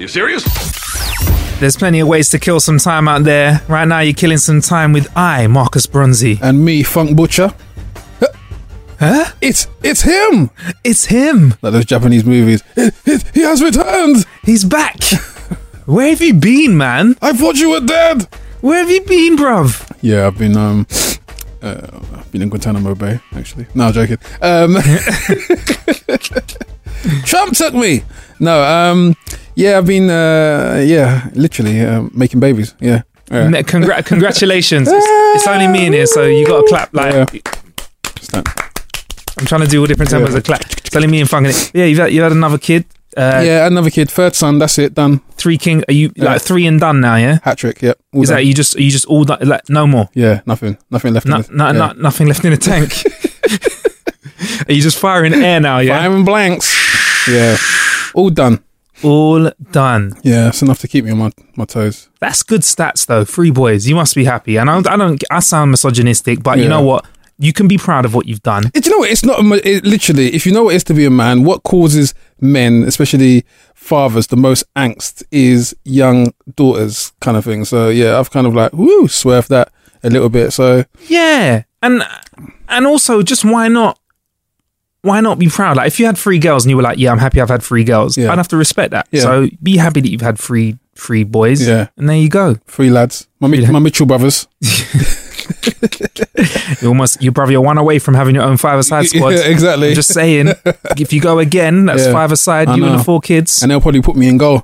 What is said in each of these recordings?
You serious? There's plenty of ways to kill some time out there. Right now, you're killing some time with I, Marcus Brunzi. And me, Funk Butcher. Huh? It's it's him! It's him. Like those Japanese movies. It, it, he has returned! He's back. Where have you been, man? I thought you were dead! Where have you been, bruv? Yeah, I've been um uh, I've been in Guantanamo Bay, actually. No, joking. Um Trump took me! No, um yeah, I've been uh yeah, literally um, making babies. Yeah. Yeah. Me- congra- congratulations. It's, it's only me in here, so you gotta clap. Like, Yeah. Just like- I'm trying to do all different tempos Yeah. of clap. It's only me and fucking it. Yeah, you've had, you had another kid. Uh, yeah, another kid, third son, that's it, done. Three king. Are you Yeah. like three and done now? Yeah. Hat trick, yep. All Is done. that you just are you just all done, like no more? Yeah, nothing. Nothing left No, in the- no, yeah. no, nothing left in the tank. are you just firing air now? Yeah. Diamond blanks. Yeah. All done. All done. Yeah, it's enough to keep me on my, my toes. That's good stats though. Three boys. You must be happy. And I don't. I, don't, I sound misogynistic, but you Yeah. know what? You can be proud of what you've done. Do you know what? It's not a mo- it, literally. If you know what it is to be a man, what causes men, especially fathers, the most angst is young daughters, kind of thing. So yeah, I've kind of like woo swerved that a little bit. So Yeah, and and also just why not? Why not be proud? Like if you had three girls and you were like, "Yeah, I'm happy I've had three girls," Yeah. I'd have to respect that. Yeah. So be happy that you've had three three boys. Yeah. and there you go. three lads, my, Mi- Three lads. my Mitchell brothers. You almost you're probably one away from having your own five aside Yeah, squad. exactly. I'm just saying, if you go again, that's Yeah. five aside. I You and know. the four kids. and they'll probably put me in goal.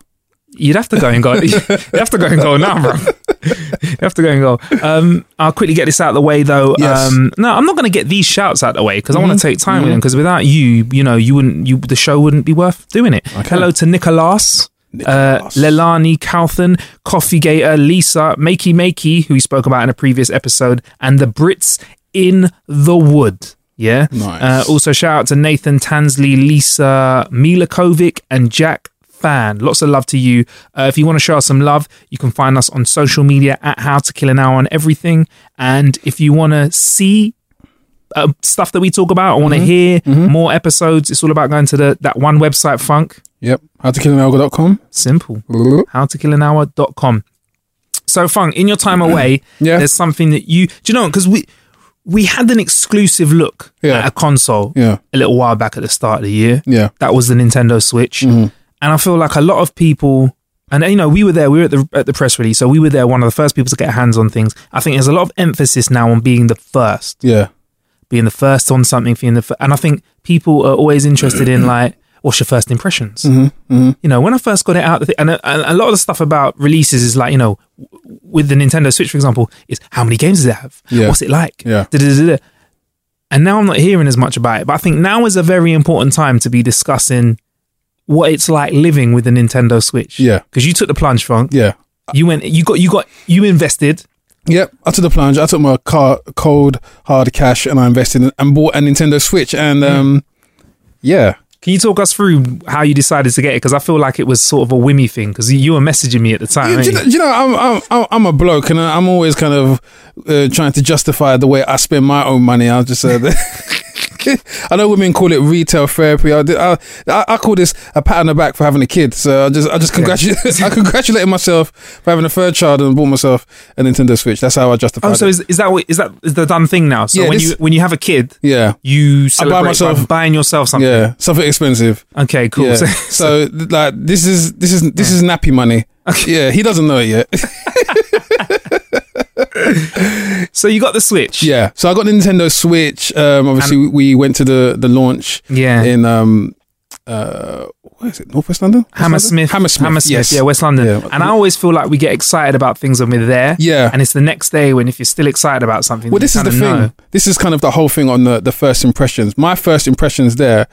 You'd have to go and go. you have to go and go now, bro. You have to go and go. Um, I'll quickly get this out of the way, though. Yes. Um, no, I'm not going to get these shouts out of the way because I want to take time with them. Because without you, you know, you wouldn't. You the show wouldn't be worth doing it. Hello to Nicolas. Uh, Lelani, Calthan, Coffee Gator, Lisa, Makey Makey, who we spoke about in a previous episode, and the Brits in the Wood. Yeah. Nice. Uh, also, shout out to Nathan Tansley, Lisa Milakovic, and Jack Fan. Lots of love to you. Uh, if you want to show us some love, you can find us on social media at How to Kill an Hour on everything. And if you want to see uh, stuff that we talk about, or want to hear more episodes, it's all about going to the that one website, Funk. Yep. How to kill an algo.com. Simple. howtokillanhour.com. So, Funk, in your time away, Yeah. there's something that you do you know because we we had an exclusive look Yeah. at a console Yeah. a little while back at the start of the year. Yeah. Mm-hmm. That was the Nintendo Switch, and I feel like a lot of people. And you know, we were there. We were at the at the press release, so we were there. One of the first people to get hands on things. I think there's a lot of emphasis now on being the first Yeah. being the first on something, being the fir- and I think people are always interested in like what's your first impressions. Mm-hmm, You know, when I first got it out, the thi- and a, and a lot of the stuff about releases is like you know, w- with the Nintendo Switch, for example, is how many games does it have? Yeah. What's it like? Yeah. Da-da-da-da. And now I'm not hearing as much about it, but I think now is a very important time to be discussing what it's like living with a Nintendo Switch. Yeah. because you took the plunge, Frank. Yeah. You went, you got, you got, you invested. Yep, I took the plunge. I took my car, cold hard cash, and I invested in, and bought a Nintendo Switch. And um, yeah, Can you talk us through how you decided to get it? Because I feel like it was sort of a whimmy thing. Because you were messaging me at the time. you, do you know, ain't do you know, I'm, I'm I'm I'm a bloke, and I'm always kind of uh, trying to justify the way I spend my own money. I'll just uh, I know women call it retail therapy. I, did- I, I I call this a pat on the back for having a kid. So I just I just congratulate I congratulated myself for having a third child and bought myself a Nintendo Switch. That's how I justified Oh, so it. is, is that what, is that is the done thing now? So Yeah, when this- you when you have a kid, yeah. you celebrate by myself- buying yourself something. Yeah, something expensive. Okay, cool. Yeah. So, so th- like this is this is this is nappy money. Yeah, he doesn't know it yet. so you got the Switch. Yeah. So I got the Nintendo Switch. Um, obviously, we went to the the launch. Yeah. In um, uh, where is it? Northwest London. West Hammersmith, London? Hammersmith. yes. yeah, West London. Yeah. And I always feel like we get excited about things when we're there. Yeah. and it's the next day when if you're still excited about something. Well, you this is kinda the thing. know. This is kind of the whole thing on the the first impressions. My first impressions there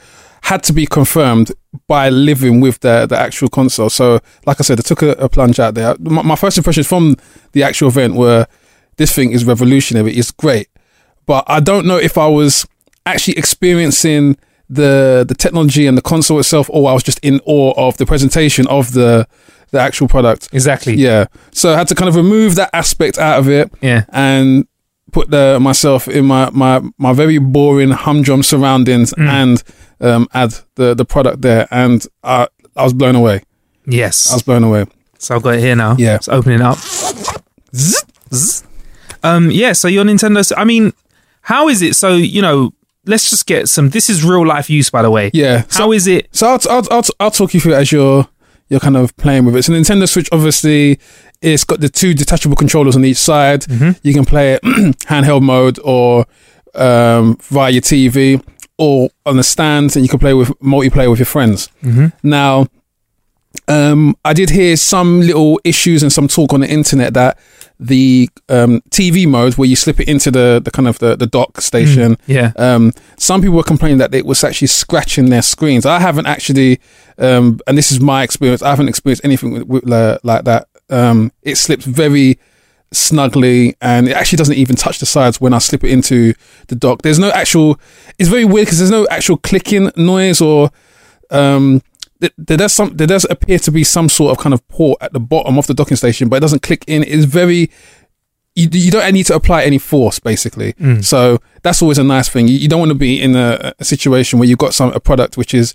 had to be confirmed by living with the the actual console. So, like I said, I took a, a plunge out there. My, my first impressions from the actual event were this thing is revolutionary. It's great, but I don't know if I was actually experiencing the the technology and the console itself, or I was just in awe of the presentation of the the actual product. Exactly. Yeah. So I had to kind of remove that aspect out of it Yeah. and put the, myself in my, my, my very boring humdrum surroundings and um, add the, the product there. And I, I was blown away. Yes. I was blown away. So I've got it here now. Yeah. Let's open it up. Zzz, zzz. Um, yeah, so your Nintendo. s- I mean, how is it? So, you know, let's just get some. This is real life use, by the way. Yeah. How is it? So I'll, I'll, I'll, I'll talk you through it as you're, you're kind of playing with it. So Nintendo Switch, obviously, it's got the two detachable controllers on each side. You can play it handheld mode or um, via your TV or on the stand, and you can play with multiplayer with your friends. Now, um, I did hear some little issues and some talk on the internet that the um, TV mode, where you slip it into the, the kind of the, the dock station, Yeah. um, some people were complaining that it was actually scratching their screens. I haven't actually, um, and this is my experience. I haven't experienced anything with, with, uh, like that. Um, it slips very snugly, and it actually doesn't even touch the sides when I slip it into the dock. There's no actual. It's very weird because there's no actual clicking noise or. Um, th- there does some there does appear to be some sort of kind of port at the bottom of the docking station, but it doesn't click in. It's very you, you don't need to apply any force basically. So that's always a nice thing. You, you don't want to be in a, a situation where you've got some a product which is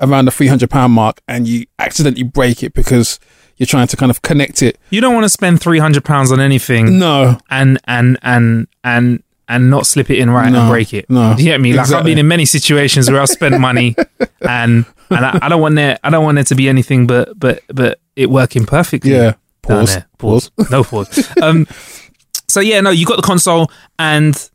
around the three hundred pound mark and you accidentally break it because you're trying to kind of connect it. You don't want to spend three hundred pounds on anything, No, and and and and and not slip it in right No, and break it. no, Do you get me? Like I've exactly. been in many situations where I've spent money, and and I, I don't want there. I don't want there to be anything but but but it working perfectly. yeah. down Pause. there. Pause. No pause. um, so yeah, no, you got the console, and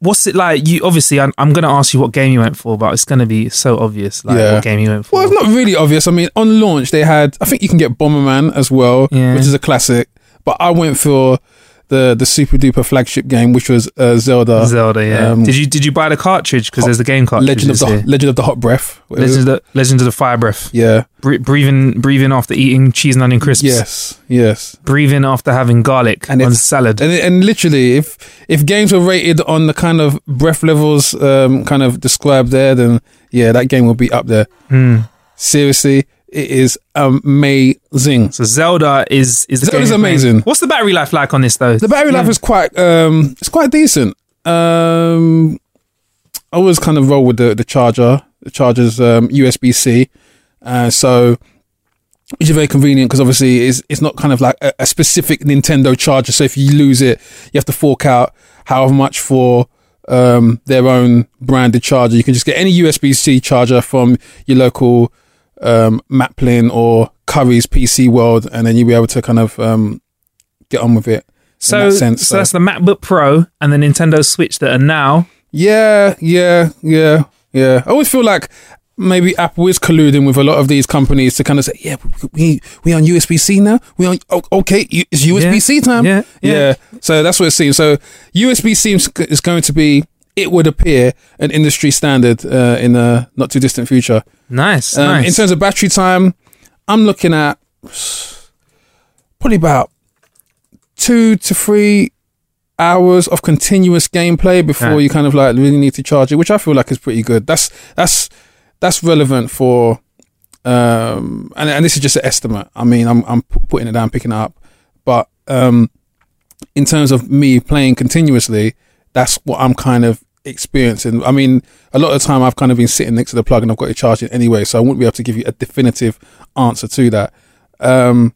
what's it like? You obviously, I'm, I'm going to ask you what game you went for, but it's going to be so obvious, like Yeah. what game you went for. Well, it's not really obvious. I mean, on launch they had. I think you can get Bomberman as well, Yeah. which is a classic. But I went for the the super duper flagship game, which was uh, Zelda. Zelda. Yeah. um, did you did you buy the cartridge? Because there's the game cartridge. Legend of the Legend of the Hot Breath. Legend of the Legend of the Fire Breath. yeah. Bre- breathing breathing after eating cheese and onion crisps. Yes. Yes. Breathing after having garlic And on it's- salad. And, and literally, if if games were rated on the kind of breath levels um, kind of described there, then yeah, that game will be up there. Hmm. Seriously, it is amazing. so Zelda is is the game Zelda's you're playing. amazing. What's the battery life like on this though? The battery life is quite um, it's quite decent. Um, I always kind of roll with the the charger. The charger's um, USB C, uh, so which is very convenient because obviously it's it's not kind of like a, a specific Nintendo charger. So if you lose it, you have to fork out however much for um, their own branded charger. You can just get any USB C charger from your local um, Maplin or Curry's PC World, and then you'll be able to kind of um, get on with it. so, in that sense, so that's the MacBook Pro and the Nintendo Switch that are now Yeah, yeah, yeah, yeah. I always feel like maybe Apple is colluding with a lot of these companies to kind of say, yeah, we we on USB C now. We on o- okay, you- it's USB C time. yeah, yeah. So that's what it seems. So USB seems c- is going to be. It would appear an industry standard uh, in the not too distant future. Nice, Um, nice. In terms of battery time, I'm looking at probably about two to three hours of continuous gameplay before Yeah. you kind of like really need to charge it, which I feel like is pretty good. That's that's that's relevant for um and, and this is just an estimate. I mean, I'm I'm p- putting it down, picking it up, but um in terms of me playing continuously, that's what I'm kind of experiencing. I mean, a lot of the time I've kind of been sitting next to the plug and I've got it charging anyway, so I wouldn't be able to give you a definitive answer to that. Um,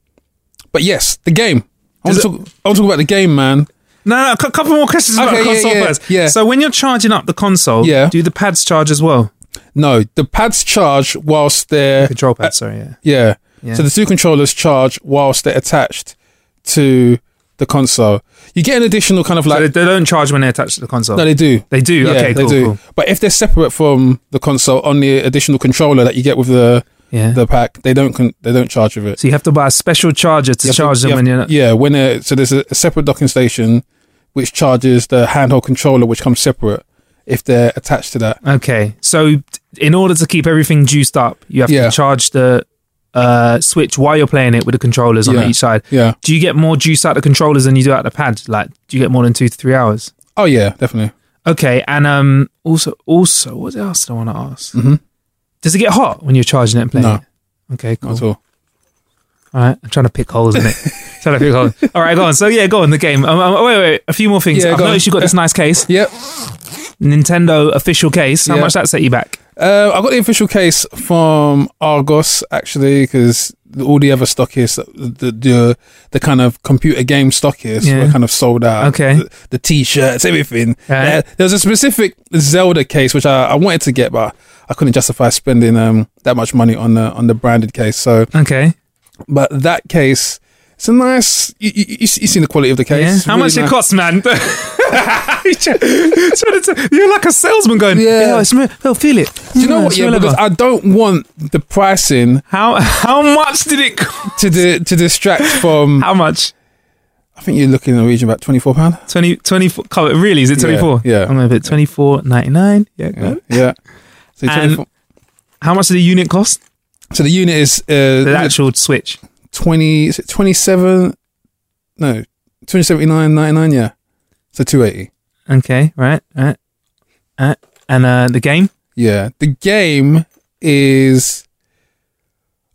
but yes, the game. I Does want, to talk, I want to talk about the game, man. No, no, a couple more questions about Okay, the yeah, console yeah, first. yeah. So when you're charging up the console, Yeah. do the pads charge as well? No, the pads charge whilst they're Control pads, sorry, yeah. Yeah. Yeah. So the two controllers charge whilst they're attached to the console. You get an additional kind of So like. they, they don't charge when they're attached to the console. no, they do. They do? Okay, cool, cool. But if they're separate from the console on the additional controller that you get with the yeah. the pack, they don't con- they don't charge with it. so you have to buy a special charger to You have to- charge them you have- when you're not. yeah when they're, so there's a, a separate docking station which charges the handheld controller which comes separate if they're attached to that. Okay, so t- in order to keep everything juiced up, you have Yeah. to charge the uh, Switch while you're playing it with the controllers on Yeah. each side. Yeah. Do you get more juice out the controllers than you do out the pad? Like, do you get more than two to three hours? Oh yeah, definitely. Okay, and um, also, also, what else do I want to ask? Mm-hmm. Does it get hot when you're charging it and playing? No. it? Okay, cool. Not at All all. right, I'm trying to pick holes in it. trying to pick holes. All right, go on. So yeah, go on the game. Um, um, wait, wait, a few more things. Yeah, I've go on. noticed you've got this nice case, Yep. Nintendo official case. How Yeah. much that set you back? Uh, I got the official case from Argos actually, because all the other stockists, the the the kind of computer game stockists Yeah. were kind of sold out. Okay. the, the t-shirts, everything. Right. There, there was a specific Zelda case which I, I wanted to get, but I couldn't justify spending um that much money on the on the branded case. So, Okay. but that case, it's a nice. You you, you you seen the quality of the case? Yeah. It's How really much it nice. costs, man? You're trying to- you're like a salesman going, Yeah. yeah, I smell, oh, feel it. Do you know what? Yeah, because I don't want the pricing how how much did it cost? to di- to distract from. How much? I think you're looking in the region about twenty four pound. 20, 24 oh, really? Is it Yeah, twenty four? yeah. I'm gonna put twenty four ninety nine. Yeah. Yeah. cool. yeah. So, And- 24 How much did the unit cost? so the unit is The uh, actual switch. 20, is it 27, no, 279.99, yeah. So 280. Okay. Right. Right. right. And uh, the game. Yeah. The game is,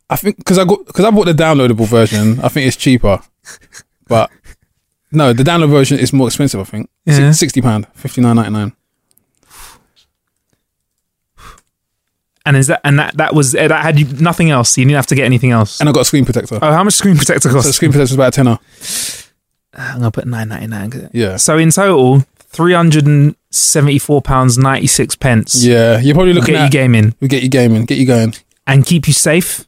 I think, because I got, because I bought the downloadable version, I think it's cheaper. But no, the download version is more expensive, I think. Si- Yeah. £60, 59.99. And is that and that that was eh, that had you, nothing else? You didn't have to get anything else. And I got a screen protector. oh, how much screen protector so cost? the screen protector is about a tenner. I'm gonna put nine ninety nine. Yeah. So in total, three hundred and seventy four pounds ninety six pence. Yeah. You're probably will looking get you at, gaming we get you gaming, get you going. and keep you safe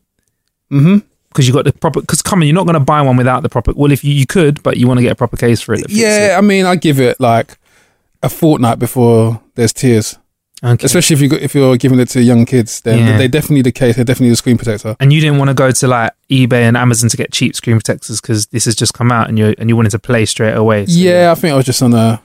Mm-hmm. because you got the proper. Because come on, you're not gonna buy one without the proper. Well, if you, you could, but you want to get a proper case for it. that fits Yeah, I mean, I give it like a fortnight before there's tears, it. Okay. especially if you got- if you're giving it to young kids. Then Yeah. they definitely the case. They're definitely the screen protector. and you didn't want to go to like eBay and Amazon to get cheap screen protectors because this has just come out and you and you wanted to play straight away. So, yeah, I think I was just on a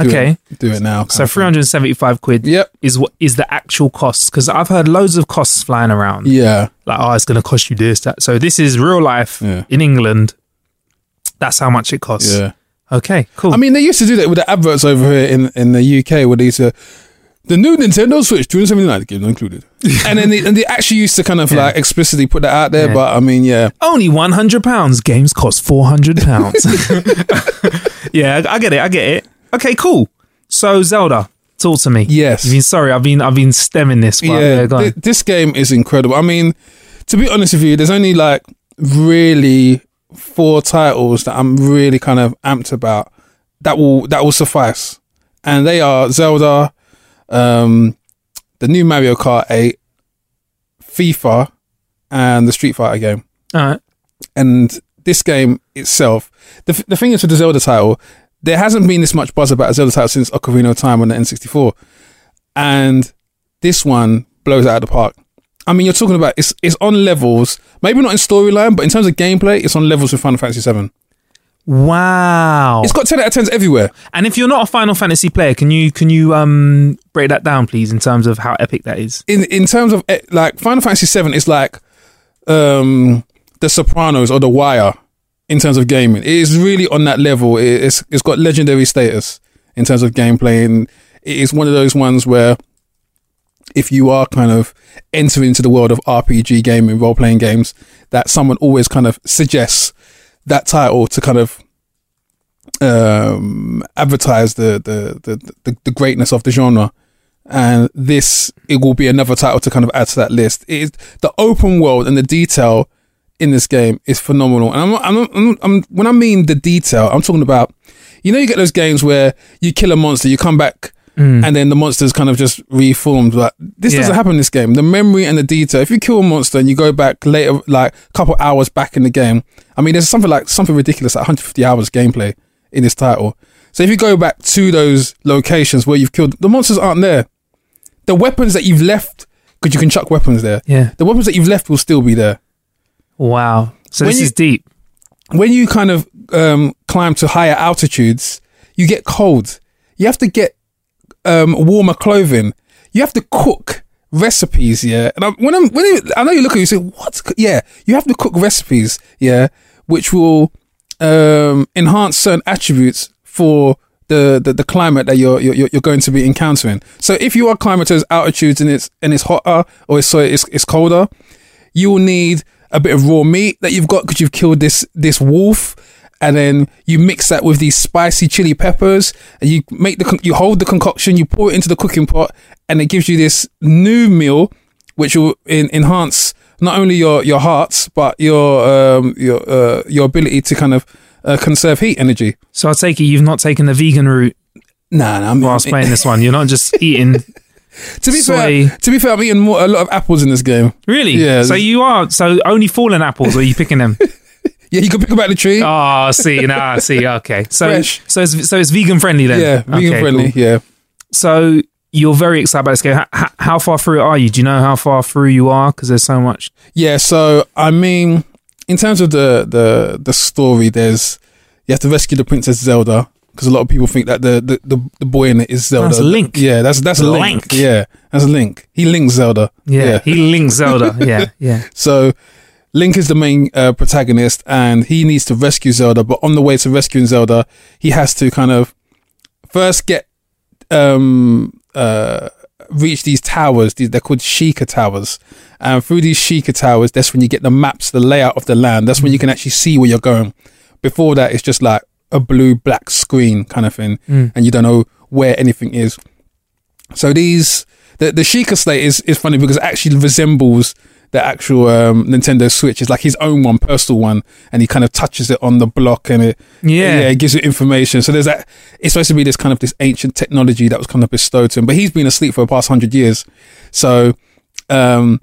do Okay. It, do it now. So kind of three thing. hundred seventy five quid. Yep. Is what is the actual cost? Because I've heard loads of costs flying around. Yeah, like oh it's going to cost you this that so this is real life Yeah. in england that's how much it costs yeah. okay cool I mean, they used to do that with the adverts over here in, in the UK, where they used to. The new Nintendo Switch, two hundred seventy nine, the game not included, and then they, and they actually used to kind of like explicitly put that out there. Yeah. But I mean, yeah, only 100 pounds games cost 400 pounds yeah i I get it i get it okay cool so zelda talk to me Yes. You've been- sorry i've been i've been stemming this but yeah, go on. thi- this game is incredible. I mean, to be honest with you, there's only like really four titles that I'm really kind of amped about that will that will suffice, and they are Zelda, um, the new Mario Kart 8, FIFA, and the Street Fighter game all right and this game itself, the, th- the thing is with the Zelda title, there hasn't been this much buzz about a Zelda title since Ocarina of Time on the N64, and this one blows it out of the park. I mean, you're talking about it's it's on levels, maybe not in storyline, but in terms of gameplay, it's on levels with Final Fantasy VII. wow It's got ten out of tens everywhere. and if you're not a final fantasy player can you can you um break that down please in terms of how epic that is In in terms of eh, like Final Fantasy VII, it's like um the Sopranos or the Wire in terms of gaming. It is really on that level. It, it's it's got legendary status in terms of gameplay, and it is one of those ones where if you are kind of entering into the world of RPG gaming, role playing games, that someone always kind of suggests that title to kind of um, advertise the the, the the the greatness of the genre, and this it will be another title to kind of add to that list. It is the open world and the detail in this game is phenomenal. And I'm, I'm, I'm, I'm when I mean the detail, I'm talking about you know you get those games where you kill a monster, you come back. And then the monster's kind of just reformed. Like this Yeah. doesn't happen in this game. The memory and the detail. If you kill a monster and you go back later, like a couple hours back in the game, I mean, there's something like something ridiculous, like 150 hours gameplay in this title. So if you go back to those locations where you've killed the monsters, aren't there? The weapons that you've left, because you can chuck weapons there. Yeah. The weapons that you've left will still be there. Wow. So When this you- is deep. when you kind of um, climb to higher altitudes, you get cold. You have to get um, warmer clothing. You have to cook recipes. Yeah, and I, when I'm when you, I know you look at it, you say what? Yeah, you have to cook recipes. Yeah, which will um, enhance certain attributes for. The, the, the climate that you're, you're you're going to be encountering. So if you are climbing to those altitudes and it's and it's hotter or it's so it's, it's colder, you will need a bit of raw meat that you've got because you've killed this this wolf and then you mix that with these spicy chili peppers and you make the con- you hold the concoction you pour it into the cooking pot and it gives you this new meal which will en- enhance not only your your hearts but your um your uh, your ability to kind of uh, conserve heat energy So I take it you've not taken the vegan route nah, nah I'm, whilst playing this one. You're not just eating. to be soy. fair to be fair I'm eating more, a lot of apples in this game Really? Yeah, So this- you are. So only fallen apples are you picking them? yeah you can pick up out the tree oh, see, nah, see, okay. So, Fresh. so it's so it's vegan friendly then. yeah vegan Okay, friendly cool. yeah So you're very excited about this game. How, how, how far through are you? Do you know how far through you are? Because there's so much. Yeah, so I mean, in terms of the the the story, there's you have to rescue the Princess Zelda because a lot of people think that the the, the, the boy in it is Zelda. That's Link. Yeah, that's that's Link. Link. Yeah, that's Link. He links Zelda. Yeah, he links Zelda. Yeah, yeah. So Link is the main uh, protagonist, and he needs to rescue Zelda. But on the way to rescuing Zelda, he has to kind of first get um uh reach these towers. These, they're called Sheikah towers, and through these Sheikah towers, that's when you get the maps, the layout of the land. That's when you can actually see where you're going. Before that, it's just like a blue black screen kind of thing, and you don't know where anything is. So these the the Sheikah slate is is funny because it actually resembles the actual um, Nintendo Switch. It's like his own one, personal one, and he kind of touches it on the block and it Yeah. yeah it gives you information. So there's that. It's supposed to be this kind of this ancient technology that was kind of bestowed to him, but he's been asleep for the past hundred years. So um,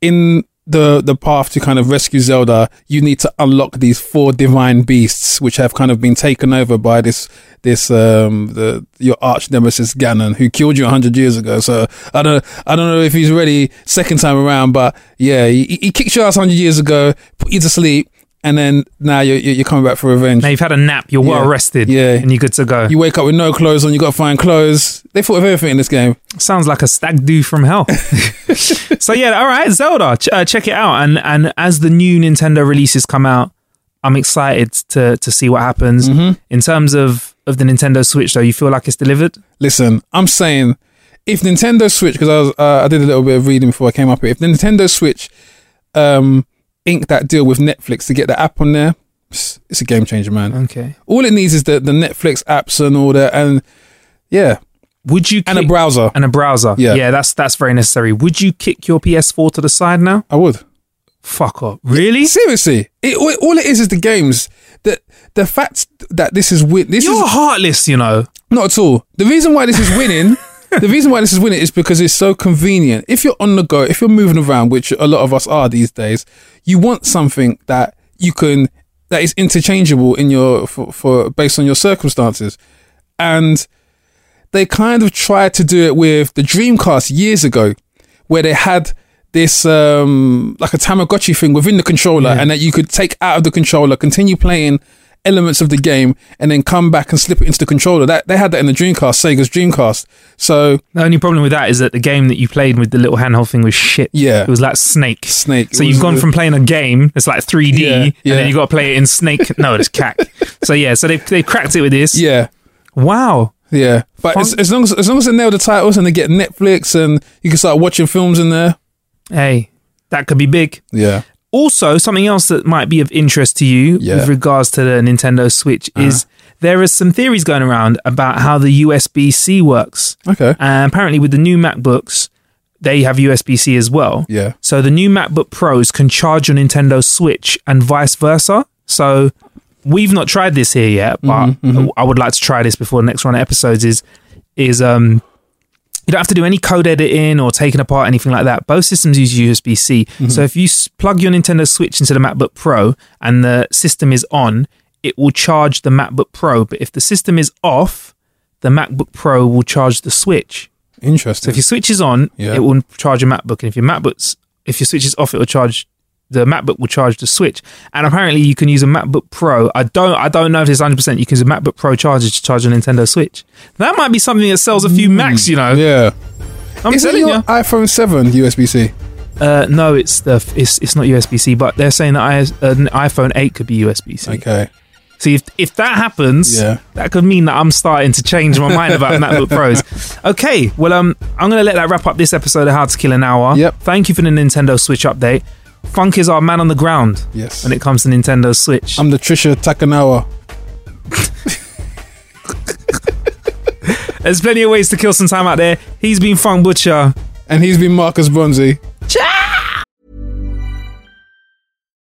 in the the path to kind of rescue Zelda, you need to unlock these four divine beasts, which have kind of been taken over by this this um the your arch nemesis Ganon, who killed you hundred years ago. So I don't I don't know if he's ready second time around, but yeah, he, he kicked your ass hundred years ago, put you to sleep, and then now you're you're you're coming back for revenge. Now you've had a nap. You're well Yeah, rested. yeah. and you're good to go. You wake up with no clothes on. You got to find clothes. They thought of everything in this game. Sounds like a stag do from hell. so yeah, all right, Zelda, ch- uh, check it out. And and as the new Nintendo releases come out, I'm excited to to see what happens Mm-hmm. in terms of of the Nintendo Switch. Though you feel like it's delivered. Listen, I'm saying if Nintendo Switch, because I was uh, I did a little bit of reading before I came up here. If the Nintendo Switch um inked that deal with Netflix to get the app on there, psst, it's a game changer, man. Okay. All it needs is the the Netflix apps and all that, and yeah, Would you and a kick- browser. and a browser? Yeah. yeah, that's that's very necessary. Would you kick your PS4 to the side now? I would. Fuck off. Really? Seriously, it all, all it is is the games. The the fact that this is win this You're is heartless, you know. Not at all. The reason why this is winning, the reason why this is winning is because it's so convenient. If you're on the go, if you're moving around, which a lot of us are these days, you want something that you can that is interchangeable in your for, for based on your circumstances, and they kind of tried to do it with the Dreamcast years ago, where they had this um like a Tamagotchi thing within the controller, and that you could take out of the controller, continue playing elements of the game, and then come back and slip it into the controller. That they had that in the Dreamcast, Sega's Dreamcast. So The only problem with that is that the game that you played with the little handheld thing was shit. Yeah. It was like Snake. Snake. So It you've was- gone from playing a game that's like 3D Yeah, and yeah. then you got to play it in Snake. no, it's cack. So yeah, so they they cracked it with this. yeah, Wow. yeah. But as, Fun- as long as as long as they nail the titles and they get Netflix and you can start watching films in there. Hey, that could be big. Yeah. Also, something else that might be of interest to you Yeah. Uh-huh. with regards to the Nintendo Switch is there is some theories going around about how the USB C works. Okay. And apparently, with the new MacBooks, they have USB C as well. Yeah. So the new MacBook Pros can charge your Nintendo Switch and vice versa. So we've not tried this here yet, but I would like to try this before the next run of episodes. Is is um you don't have to do any code editing or taking apart anything like that. Both systems use USB C. So if you s- plug your Nintendo Switch into the MacBook Pro and the system is on, it will charge the MacBook Pro. But if the system is off, the MacBook Pro will charge the Switch. So Interesting. if your Switch is on, Yeah. it will charge your MacBook, and if your MacBook's if your Switch is off, it will charge the MacBook will charge the Switch. And apparently, you can use a MacBook Pro. I don't I don't know if it's hundred percent. You can use a MacBook Pro charger to charge a Nintendo Switch. That might be something that sells a few Macs. You know, Hmm. yeah. I'm Is it telling your you. iPhone 7 USB C? Uh, no, it's the it's it's not USB C, but they're saying that I, an iPhone eight could be USB C. Okay. See if if that happens, Yeah. that could mean that I'm starting to change my mind about MacBook Pros. Okay, well um I'm gonna let that wrap up this episode of How to Kill an Hour. Yep. Thank you for the Nintendo Switch update. Funk is our man on the ground Yes. Um, when it comes to Nintendo Switch. I'm the Trisha Takanawa. There's plenty of ways to kill some time out there. He's been Funk Butcher. And he's been Marcus Bronzy.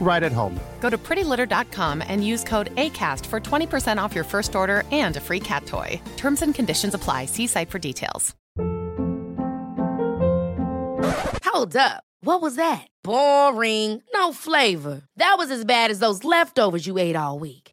right at home. Go to prettylitter.com and use code ACAST for 20% off your first order and a free cat toy. Terms and conditions apply. See site for details. Hold up. What was that? Boring. No flavor. That was as bad as those leftovers you ate all week.